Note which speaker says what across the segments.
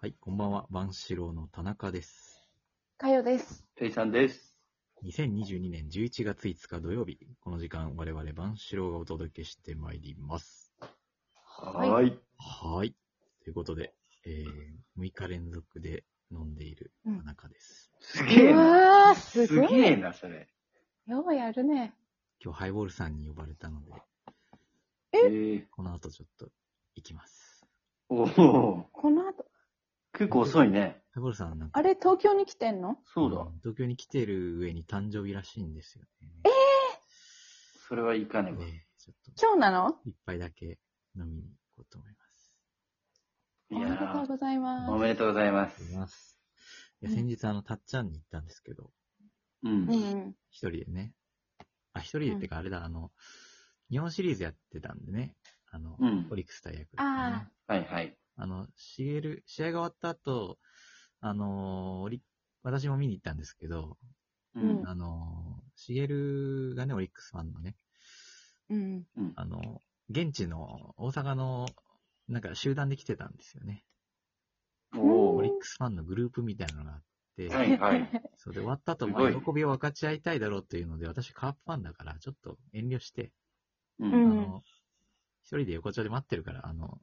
Speaker 1: はい、こんばんは。万志郎の田中です。
Speaker 2: かよです。
Speaker 3: ペイさんです。
Speaker 1: 2022年11月5日土曜日、この時間、我々万志郎がお届けしてまいります。
Speaker 2: い
Speaker 3: はーい。
Speaker 1: はい。ということで、えー、6日連続で飲んでいる田中です。
Speaker 3: すげえ
Speaker 2: う
Speaker 3: な。
Speaker 2: わー、
Speaker 3: す
Speaker 2: すごい。
Speaker 3: げえな、それ。
Speaker 2: ようやるね。
Speaker 1: 今日、ハイボールさんに呼ばれたので、
Speaker 3: えー、
Speaker 1: この後ちょっと行きます。
Speaker 3: おお
Speaker 2: この後、
Speaker 3: 結構遅いね。
Speaker 1: ハイボールさんなんか、
Speaker 2: あれ、東京に来てんの
Speaker 3: そうだ。
Speaker 1: ん東京に来てる上に誕生日らしいんですよね。
Speaker 3: それはいかねば。
Speaker 1: ねちょっと、
Speaker 2: 今日なの
Speaker 1: 一杯だけ飲みに行こうと思います。
Speaker 2: お
Speaker 3: い
Speaker 2: めでと
Speaker 3: や
Speaker 2: うござい
Speaker 3: ーお
Speaker 2: ます。
Speaker 3: めでとうございま
Speaker 1: あ
Speaker 3: す
Speaker 1: り。ます。いや、
Speaker 2: うん
Speaker 1: 先日、あの、たっちゃんに行ったんですけど、
Speaker 3: う。
Speaker 2: うんん。
Speaker 1: 一人でね。あ、一人でってか、あれだ、あの、日本シリーズやってたんでね。あの、
Speaker 3: うん
Speaker 1: オ。リックス対ヤクルト、ね。
Speaker 2: あ
Speaker 3: はいはい。
Speaker 1: あの、シエル、試合が終わった後、あのーオリ、私も見に行ったんですけど、
Speaker 3: う
Speaker 2: うん
Speaker 3: ん。
Speaker 1: あのーシエルがね、オリックスファンのね、
Speaker 2: ー、うん。
Speaker 3: うん。
Speaker 1: あの、現地の大阪の、なんか集団で来てたんですよね。
Speaker 3: お
Speaker 1: オ
Speaker 3: お
Speaker 1: リッ。クスファンのグループみたいなのがあって、
Speaker 3: は いはい。
Speaker 1: それで終わった後、
Speaker 3: す
Speaker 1: ま
Speaker 3: ご
Speaker 1: あ
Speaker 3: い
Speaker 1: 喜びを分かち合いたいだろうというので、私カープファンだから、ちょっと遠慮して、
Speaker 3: う。
Speaker 2: うん
Speaker 1: あの、一人で横丁で待ってるから、あの、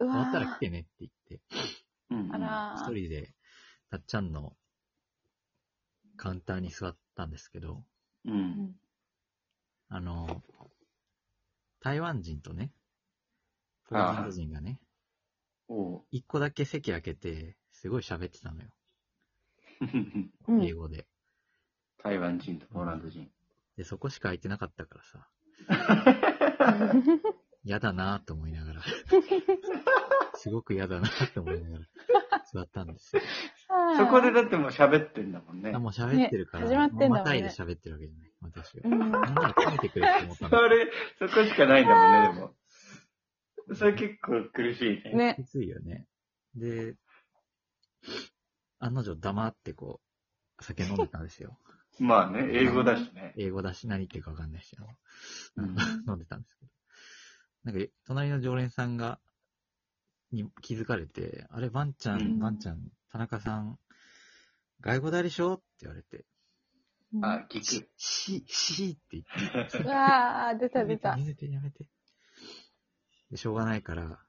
Speaker 2: う
Speaker 1: 終わったら
Speaker 2: わ
Speaker 1: 来てねって言って、
Speaker 3: うん
Speaker 2: ー。あら
Speaker 1: 一
Speaker 2: ー。
Speaker 1: 人で、たっちゃんのカウンターに座ったんですけど、
Speaker 3: う。
Speaker 2: うんん
Speaker 1: あの、台湾人とね、ポーランド人がね、
Speaker 3: おお
Speaker 1: 一個だけ席開けて、すごい喋ってたのよ、
Speaker 3: ー。
Speaker 2: う
Speaker 1: 英
Speaker 2: ん。
Speaker 1: 語で。
Speaker 3: 台湾人とポーランド人。
Speaker 1: で、そこしか空いてなかったからさ、嫌だなぁと思いな がら、すごく嫌だなぁと思いながら、座ったんですよ。
Speaker 3: そこで
Speaker 2: だ。
Speaker 3: だってもう喋ってんだもんね
Speaker 1: あ。もう喋ってるから、
Speaker 2: ね始まってんだもんね
Speaker 1: またいで喋ってるわけじゃない、私は
Speaker 2: う。ん。
Speaker 1: なんなら食べてくれって思った
Speaker 3: そ
Speaker 1: ん だ
Speaker 3: れ、そこしかないんだもんね、でも。それ結構苦しいね。
Speaker 2: ね
Speaker 1: きついよね。で、案の定黙ってこう、酒飲んでたんです よ。
Speaker 3: まあね、英語だしね。
Speaker 1: 英語だし何言ってるかわかんないし、あの
Speaker 3: うん
Speaker 1: 飲んでたんですけど。なんか、隣の常連さんが、に気づかれて、あれ、バンちゃ
Speaker 3: うん
Speaker 1: ん、バンちゃん、田中さん、外語代理しょって言われて、
Speaker 2: うん
Speaker 3: あ、聞く。
Speaker 1: し、しって言って、
Speaker 2: うわー、出た
Speaker 1: や
Speaker 2: 出
Speaker 1: めて、
Speaker 2: た
Speaker 1: や。めて、やめて。で、しょうがないから、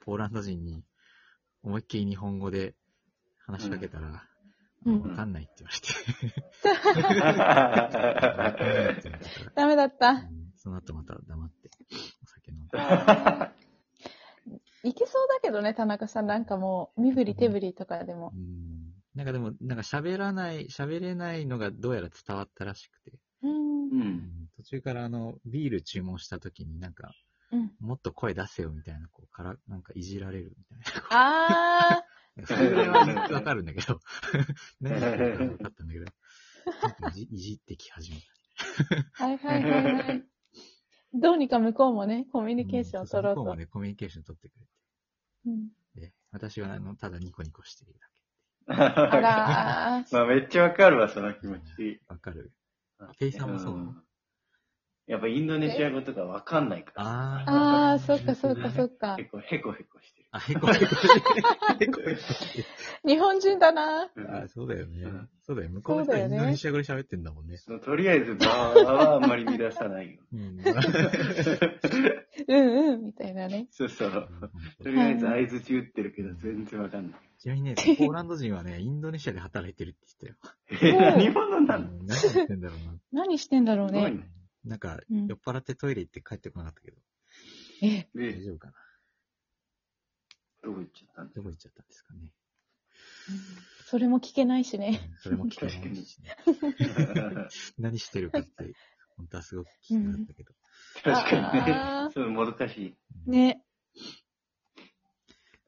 Speaker 1: ポーランド人に思いっきり日本語で話しかけたら、
Speaker 2: うん
Speaker 1: あのわかんないって言われて。わかんないって言われたか
Speaker 2: ダメだっ
Speaker 1: ら
Speaker 2: た。
Speaker 1: うんその後また黙って、お酒飲んで。
Speaker 2: いけそうだけどね、田中さん。なんかもう、身振り手振りとかでも。
Speaker 1: うん。なんかでも、なんか喋らない、喋れないのがどうやら伝わったらしくて、
Speaker 2: うん
Speaker 3: う。。
Speaker 1: うんん途中からあの、ビール注文した時になんか、
Speaker 2: うん。
Speaker 1: もっと声出せよみたいな、こう、から、なんかいじられるみたいな。
Speaker 2: あ
Speaker 1: それぐらいはねわかるんだけ ど、何が分かったんだけど、ちょっといじいじってき始めた。
Speaker 2: ー。はいはいはいはい。 どうにか向こうもね、コミュニケーションを取ろう
Speaker 1: 向
Speaker 2: ん
Speaker 1: こうも
Speaker 2: と。
Speaker 1: ね、コミュニケーション取ってく
Speaker 2: うん
Speaker 1: れて。で、私はあの、ただニコニコしているだ
Speaker 2: あらー。
Speaker 3: まあめっちゃわかるわ、その気持ち。
Speaker 1: け。わかるペイさんもそうなの
Speaker 3: んやっぱインドネシア語とかわかんないか
Speaker 1: あー。
Speaker 2: ああ、そっかそっかそっか。
Speaker 3: ら。結構ヘコヘコしてる。
Speaker 1: あ、へこへこへこへこ
Speaker 2: 日本人だな。
Speaker 3: うん
Speaker 1: あそうだよね
Speaker 3: うん。
Speaker 1: そうだよ。向こうの人
Speaker 2: そう
Speaker 1: は
Speaker 2: だ
Speaker 1: イ
Speaker 2: よ
Speaker 1: ンド
Speaker 2: ね
Speaker 1: ネシア語で喋ってんだもんね。
Speaker 3: そのとりあえずバーはあんまり乱さないよ。
Speaker 1: うん。
Speaker 2: うんうん、みたいなね。
Speaker 3: そうそう。とりあえず合図中打ってるけど全然わかんない。
Speaker 1: ちなみにね、ポーランド人はね、インドネシアで働いてるって言って
Speaker 3: え、 何者
Speaker 1: た
Speaker 3: な
Speaker 1: よ。う
Speaker 3: の
Speaker 1: ん何言ってんだろうな。
Speaker 2: 何してんだろう
Speaker 3: すごい
Speaker 2: ね。
Speaker 3: ね。
Speaker 1: なんか、
Speaker 2: うん
Speaker 1: 酔っ払ってトイレ行って帰ってこなかったけど、
Speaker 2: え
Speaker 1: 大
Speaker 3: で、
Speaker 1: 丈夫かな
Speaker 3: どこ行っちゃ ったんだ
Speaker 1: どこ行っちゃったんですかね。
Speaker 2: それも聞けないしね。
Speaker 1: それも聞かないしね。何してるか って、本当はすごく聞きたかったけど。
Speaker 3: 確かにね。
Speaker 2: あ
Speaker 3: そう、もどかしい。
Speaker 2: ーね。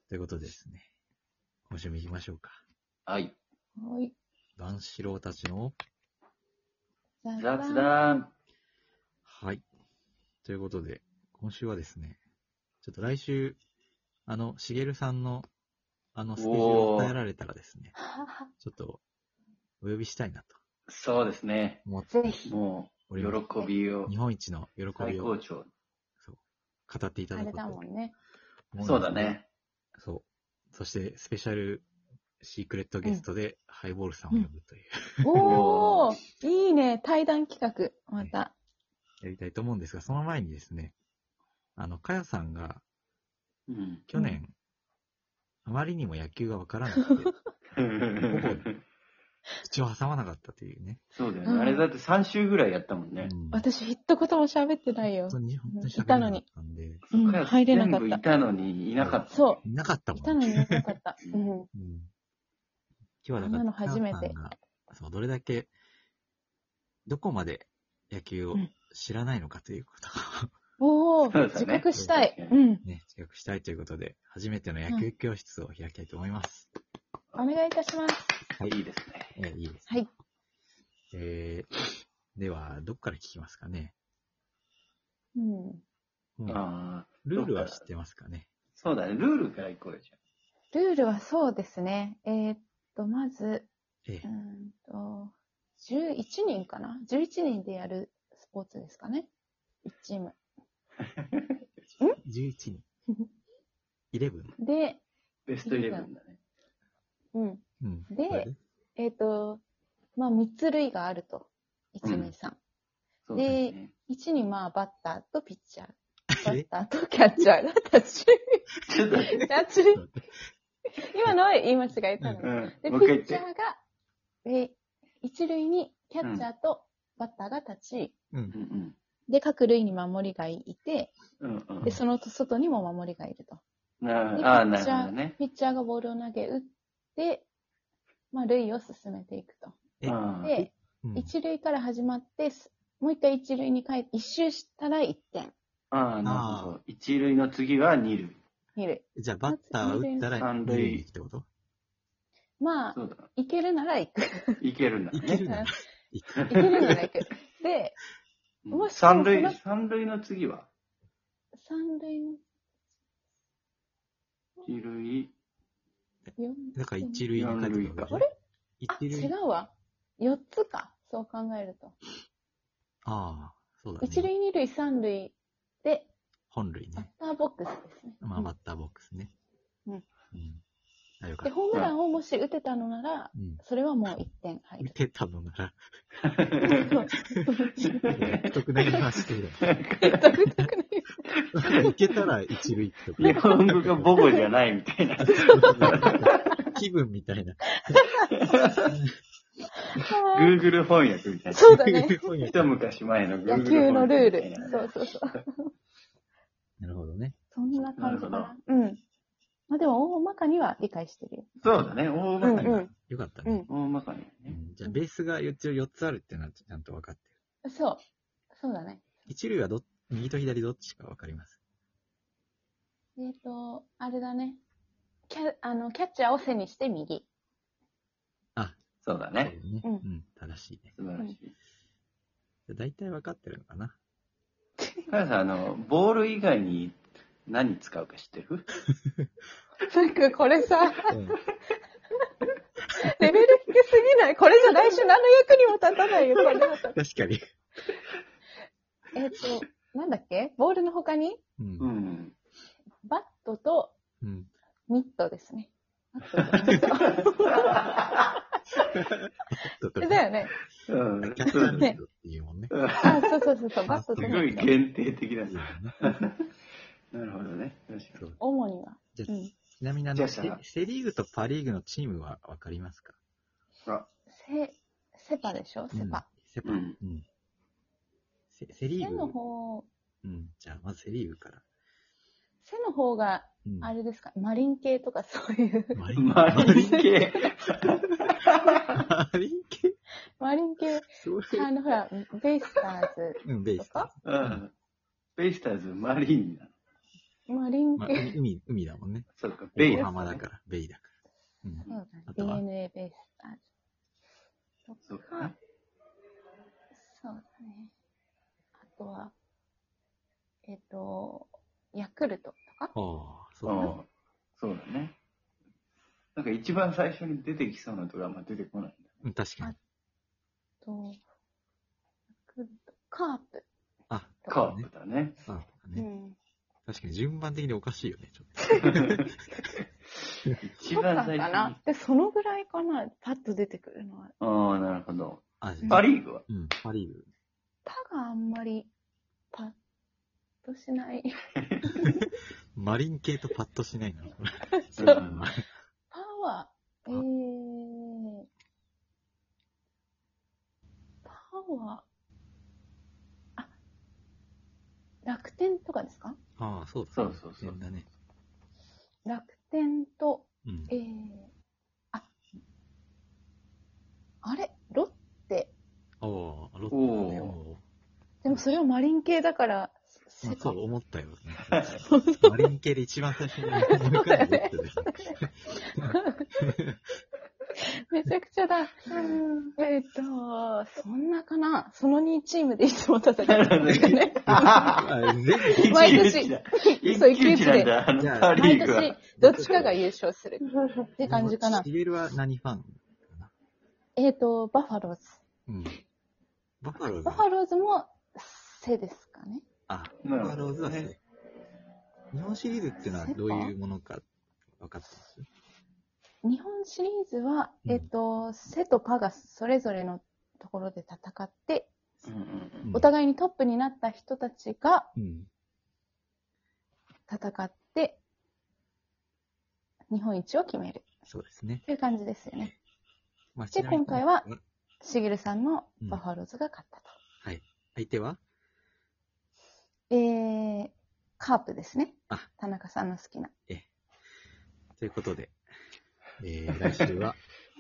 Speaker 1: ということでですね、今週も行きましょうか。
Speaker 3: はい。
Speaker 2: はい。
Speaker 1: 万四郎たちの、
Speaker 3: 雑。談。
Speaker 1: はい。ということで、今週はですね、ちょっと来週、あの、しげるさんの、あの、スケジュールを変えられたらですね、ちょっと、お呼びしたいなと
Speaker 3: そうですね。
Speaker 1: 思って
Speaker 2: ぜひ。
Speaker 3: も
Speaker 1: お
Speaker 3: う、
Speaker 1: ります。
Speaker 3: 喜びを
Speaker 1: 日、本一の喜
Speaker 3: 最
Speaker 1: びを
Speaker 3: 高潮。
Speaker 1: 語っていた
Speaker 2: あ
Speaker 1: だこう
Speaker 2: れ
Speaker 1: と
Speaker 2: だ
Speaker 1: 思
Speaker 2: も
Speaker 1: うん
Speaker 2: ね。
Speaker 1: です
Speaker 3: そうだね。
Speaker 1: そう。そして、スペシャルシークレットゲストで、ハイボールさんを呼ぶという、
Speaker 2: おー、いいね。対談企画。また。
Speaker 1: やりたいと思うんですが、その前にですね、あの、かやさんが、
Speaker 3: うん。
Speaker 1: 去年、あまりにも野球がわからなく て、口を挟まなかったというね。
Speaker 3: そうだよね。あれだって3週ぐらいやったもんね
Speaker 1: う。ん
Speaker 2: 私、一言も喋ってないよ
Speaker 1: 本。当に、本当に喋
Speaker 2: いたの
Speaker 1: れな
Speaker 2: に
Speaker 1: かったんで、
Speaker 2: うん、
Speaker 3: 彼ら
Speaker 2: 入れなか
Speaker 3: 全部
Speaker 2: っ
Speaker 3: い
Speaker 2: た。
Speaker 3: たのにいなかった。
Speaker 2: そ
Speaker 1: いなかった
Speaker 2: う。い
Speaker 1: も
Speaker 2: た
Speaker 1: ん
Speaker 2: の
Speaker 1: ね。
Speaker 2: によかった。うん。
Speaker 1: うん今日はだか
Speaker 2: あ
Speaker 1: ら、
Speaker 2: んなの初めて
Speaker 1: かやさんがそう、どれだけ、どこまで野球を
Speaker 2: うん
Speaker 1: 知らないのかということを
Speaker 2: おお、
Speaker 3: そうだね
Speaker 2: 自覚したい。
Speaker 3: そう
Speaker 2: う
Speaker 3: だ
Speaker 2: ん。
Speaker 1: ね、自覚したいということで、初めての野球教室を開きたいと思います。
Speaker 2: お願いいたします。
Speaker 1: はい
Speaker 3: いいですね。
Speaker 1: えーいいです。
Speaker 2: はい。
Speaker 1: えー、 では、どっから聞きますかね。
Speaker 2: うん。
Speaker 1: もう
Speaker 3: ああ、
Speaker 1: ルールは知ってますかね。
Speaker 3: そうだね。ルールから行こうよ、じ
Speaker 2: ルールはそうですね。えーっと、まず、
Speaker 1: え
Speaker 2: うーんと、11人かな ?11 人でやるスポーツですかね。1チーム。
Speaker 1: え、11人。11?
Speaker 2: で、
Speaker 3: ゃあ。ベストイレブンだね。
Speaker 2: うん。
Speaker 1: うん。
Speaker 2: で
Speaker 1: これ
Speaker 2: えーっと、まあ、3つ類があると。1、
Speaker 3: うん
Speaker 2: 2、3。
Speaker 3: そうだね。
Speaker 2: 1に、まあ、バッターとピッチャー。バ
Speaker 1: え
Speaker 2: ッターとキャッチャーが 立ち。
Speaker 3: ちょっと待って
Speaker 2: キャッチ。今のは言い間違えたの
Speaker 3: う。ん。
Speaker 2: で、ピ
Speaker 3: もう一回言
Speaker 2: ッ
Speaker 3: っ
Speaker 2: チャー
Speaker 3: て。
Speaker 2: が、え、一塁にキャッチャーとバッターが立ち、
Speaker 1: うん
Speaker 3: う。ん
Speaker 2: で、各塁に守りがいて、
Speaker 3: うん。うんうん
Speaker 2: で、その外にも守りがいると。
Speaker 3: な
Speaker 2: で、ピ
Speaker 3: ああ、な
Speaker 2: ッ
Speaker 3: る
Speaker 2: チャ
Speaker 3: ほ
Speaker 2: ー、
Speaker 3: どね。
Speaker 2: ピッチャーがボールを投げ打って、まあ、塁を進めていく
Speaker 1: え
Speaker 3: うん
Speaker 2: と。で、
Speaker 1: うん
Speaker 2: 一塁から始まって、すもう一回一塁に帰って、一周したら1点、
Speaker 3: ああ、なるほど。一塁の次が二塁。
Speaker 2: 二塁。
Speaker 1: じゃあ、バッターは打ったら
Speaker 3: 三
Speaker 1: 二
Speaker 3: 塁
Speaker 1: 塁に行くってこと
Speaker 2: まあ
Speaker 3: そ、うだ。
Speaker 2: いけるなら行く。
Speaker 3: いけるんだ
Speaker 1: いける
Speaker 3: ね。
Speaker 1: なら行く。
Speaker 2: いけるなら行く。 で、
Speaker 3: うん
Speaker 2: もし
Speaker 3: 三塁
Speaker 2: その、
Speaker 3: 三塁の次は
Speaker 2: 三塁の
Speaker 3: 一 塁、
Speaker 2: 四
Speaker 1: だから一塁に帰ってくるわけ
Speaker 3: あ
Speaker 1: れ
Speaker 2: あ、
Speaker 1: 一
Speaker 2: 違
Speaker 1: 塁。
Speaker 2: うわ。4つか。そう考えると。
Speaker 1: ああ、そうだね。
Speaker 2: 一塁、二塁、三塁で、
Speaker 1: 本塁
Speaker 2: バッ
Speaker 1: ね。
Speaker 2: ターボックスですね。
Speaker 1: まあ、バッターボックスね。
Speaker 2: う
Speaker 1: う
Speaker 2: ん
Speaker 1: ん。あ、よ
Speaker 2: うん
Speaker 1: か
Speaker 2: で、
Speaker 1: っ
Speaker 2: ホームランをもし打てたのなら、
Speaker 1: た。うん。
Speaker 2: それはもう1点入
Speaker 1: 見
Speaker 2: る。
Speaker 1: てたのなら、
Speaker 2: そう
Speaker 1: 独特な言い方して る。
Speaker 2: 独特な言い
Speaker 1: いけたら一塁ってこと
Speaker 3: 日本語が母語じゃないみたいな。
Speaker 1: 気分みたいな。
Speaker 2: 方
Speaker 3: Google 翻訳みたい な。
Speaker 2: そうだね。
Speaker 3: 一昔前の Google 翻
Speaker 2: 野
Speaker 3: 訳。
Speaker 2: 球のルール。そうそうそう。
Speaker 1: なるほどね。
Speaker 2: そんな感じか
Speaker 3: な
Speaker 2: な。うん。まあでも、大まかには理解してるよ。
Speaker 3: そうだね、大
Speaker 2: うん
Speaker 3: ま
Speaker 2: う
Speaker 3: かに。
Speaker 2: ん。
Speaker 1: よかったね。
Speaker 3: 大まかに
Speaker 1: う
Speaker 3: ね。
Speaker 1: んじゃあ、ベースが一応4つあるっていうのはちゃんと分かってる。
Speaker 2: そう。そうだね。
Speaker 1: 一塁はど、右と左どっちか分かります。
Speaker 2: えっと、あれだね。キャあのキャッチャーを背にして右。
Speaker 3: そうだ
Speaker 1: そうだ
Speaker 3: ね。
Speaker 1: ね。う
Speaker 2: うん
Speaker 1: ん。正しいね。
Speaker 3: 素晴らしい。
Speaker 1: じゃあ大体分かってるのかな。
Speaker 3: かやさん、あの、ボール以外に何使うか知ってる
Speaker 2: なんかこれさ、
Speaker 1: うん
Speaker 2: レベル低すぎないこれじゃ来週何の役にも立たないよ、これだと。
Speaker 1: 確かに。
Speaker 2: えっと、なんだっけボールの他に、
Speaker 1: うん
Speaker 3: う。ん。
Speaker 2: バットと
Speaker 1: うん。
Speaker 2: ミットですね。バットとミッ
Speaker 1: だ
Speaker 2: トだよね。
Speaker 3: うん。
Speaker 1: キャッチャーミットっていうもんね。
Speaker 2: あ、そうそうそうそう、バット
Speaker 3: す
Speaker 2: とミ
Speaker 3: ごい
Speaker 2: ット。
Speaker 3: 限定的だ
Speaker 1: いいよ
Speaker 3: な。
Speaker 1: ね
Speaker 3: なるほどね。確かに。
Speaker 2: 主には。
Speaker 1: じゃあ
Speaker 2: うん。
Speaker 1: ちなみにあ
Speaker 3: じゃ
Speaker 1: の、
Speaker 3: あ
Speaker 1: セ
Speaker 3: さ
Speaker 1: セリーグとパリーグのチームは分かりますか
Speaker 3: あ、
Speaker 2: セ、セパでしょセパ。
Speaker 1: セパ。う
Speaker 3: うんん。
Speaker 1: セセリ
Speaker 2: セ
Speaker 1: ー
Speaker 2: の
Speaker 1: グ。
Speaker 2: 方、
Speaker 1: うん。じゃあ、まずセリーグから。
Speaker 2: セの方が、
Speaker 1: うん
Speaker 2: あれですか、マリン系とかそういう、
Speaker 1: マリン、
Speaker 3: マリン系。
Speaker 1: マリン系
Speaker 2: マリン系、
Speaker 1: すごい。
Speaker 2: あの、ほら、ベイスターズ
Speaker 1: うん、ベー
Speaker 2: と
Speaker 1: スだ
Speaker 2: か、
Speaker 3: うん。ベイスターズ、マリンなの。
Speaker 2: マリン
Speaker 1: まあ、
Speaker 2: 系。
Speaker 1: 海、海だもんね。
Speaker 3: そうか、ベイ
Speaker 1: 横
Speaker 3: だ。
Speaker 1: 浜だから、ベイだから。うん。
Speaker 2: そう
Speaker 1: あ
Speaker 2: だ
Speaker 1: とは
Speaker 2: ね。DNA ベースターズ
Speaker 3: そ
Speaker 2: と
Speaker 3: うだ
Speaker 2: か
Speaker 3: ね、
Speaker 2: そうだね。あとは、えっ、と、ヤクルトとか
Speaker 1: ああ、そうだね
Speaker 3: ああそうだね。なんか一番最初に出てきそうなドラマ出てこないんだ。
Speaker 1: うん、確かに。
Speaker 2: あと、ヤクルト、カープ
Speaker 1: あ、
Speaker 2: と
Speaker 3: カ
Speaker 2: か。
Speaker 3: ープだね。
Speaker 1: そうだ
Speaker 2: う
Speaker 1: ね。
Speaker 2: ん。
Speaker 1: 確かに順番的におかしいよね、ちょっと。
Speaker 3: 一番
Speaker 2: そうか
Speaker 3: 最初に。あ
Speaker 2: なで、そのぐらいかな、パッと出てくるのは。
Speaker 3: あー、なるほど。
Speaker 1: あ、じゃ
Speaker 3: パ
Speaker 1: あ、
Speaker 3: リーグは
Speaker 1: うん、パリーグ。
Speaker 2: パがあんまりパッとしない。
Speaker 1: マリン系とパッとしないな。
Speaker 2: そううんパは、えー、パは、あ、楽天とかですか
Speaker 1: ああ、そうだ。
Speaker 3: そうそうそう
Speaker 1: 楽天だね。
Speaker 2: 楽天と、
Speaker 1: うん
Speaker 2: え。ー、あ、あれロッテ。
Speaker 1: おー、ロッテね。
Speaker 3: おー
Speaker 1: お
Speaker 2: でもそれをマリン系だから、
Speaker 1: ー
Speaker 2: せ
Speaker 1: まあそう、思った よ。
Speaker 2: そうそう
Speaker 1: マリン系で一番最初に思い浮かんだロッテだ よね
Speaker 2: めちゃくちゃだ。えっと、そんなかな。その2チームでいつも戦ってますよ ね。
Speaker 1: あ全部
Speaker 2: 毎年
Speaker 3: 一騎打ちだ
Speaker 2: そ
Speaker 3: 一
Speaker 2: う一騎打
Speaker 3: 騎打ち
Speaker 2: ち
Speaker 3: なん
Speaker 2: で
Speaker 3: だ、あ
Speaker 1: じゃ
Speaker 3: の
Speaker 1: あ
Speaker 3: パリ
Speaker 2: 毎
Speaker 3: ーグは
Speaker 2: 年。、どっちかが優勝するって
Speaker 1: て
Speaker 2: 感じかな
Speaker 1: シ。ゲルは何ファン
Speaker 2: えっ、と、バファローズ。
Speaker 1: うん。バファローズ
Speaker 2: バ。ファローズも、せですかね。
Speaker 1: あ、
Speaker 3: な
Speaker 1: バフ
Speaker 3: るほど
Speaker 1: ァローズはね。日本シリーズっていうのはどういうものか分かってます
Speaker 2: 日本シリーズは、
Speaker 1: うん
Speaker 2: えっ、と、セとパがそれぞれのところで戦って、
Speaker 3: うんうんうん
Speaker 2: お互いにトップになった人たちが
Speaker 1: うん。
Speaker 2: 戦って、日本一を決める
Speaker 1: そうですね。
Speaker 2: という感じですよね。
Speaker 1: まあ
Speaker 2: で
Speaker 1: ちなみに
Speaker 2: 今回はしげるさんの
Speaker 1: うん
Speaker 2: バファローズが勝ったと。
Speaker 1: 相手は
Speaker 2: えー、カープですね
Speaker 1: あ。
Speaker 2: 田中さんの好きな。
Speaker 1: ということで、え ー、来週は、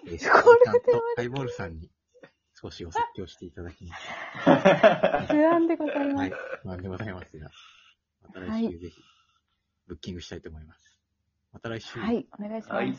Speaker 1: えー、シゲル
Speaker 2: これ
Speaker 1: さんとハイボールさんに少しお説教していただきます。
Speaker 2: 不安でござい
Speaker 1: は
Speaker 2: ます
Speaker 1: い。。なんでございますが、また
Speaker 2: は
Speaker 1: 来
Speaker 2: い
Speaker 1: 週ぜひ、ブッキングしたいと思います。また来週。
Speaker 2: はい、お願いします。
Speaker 3: はい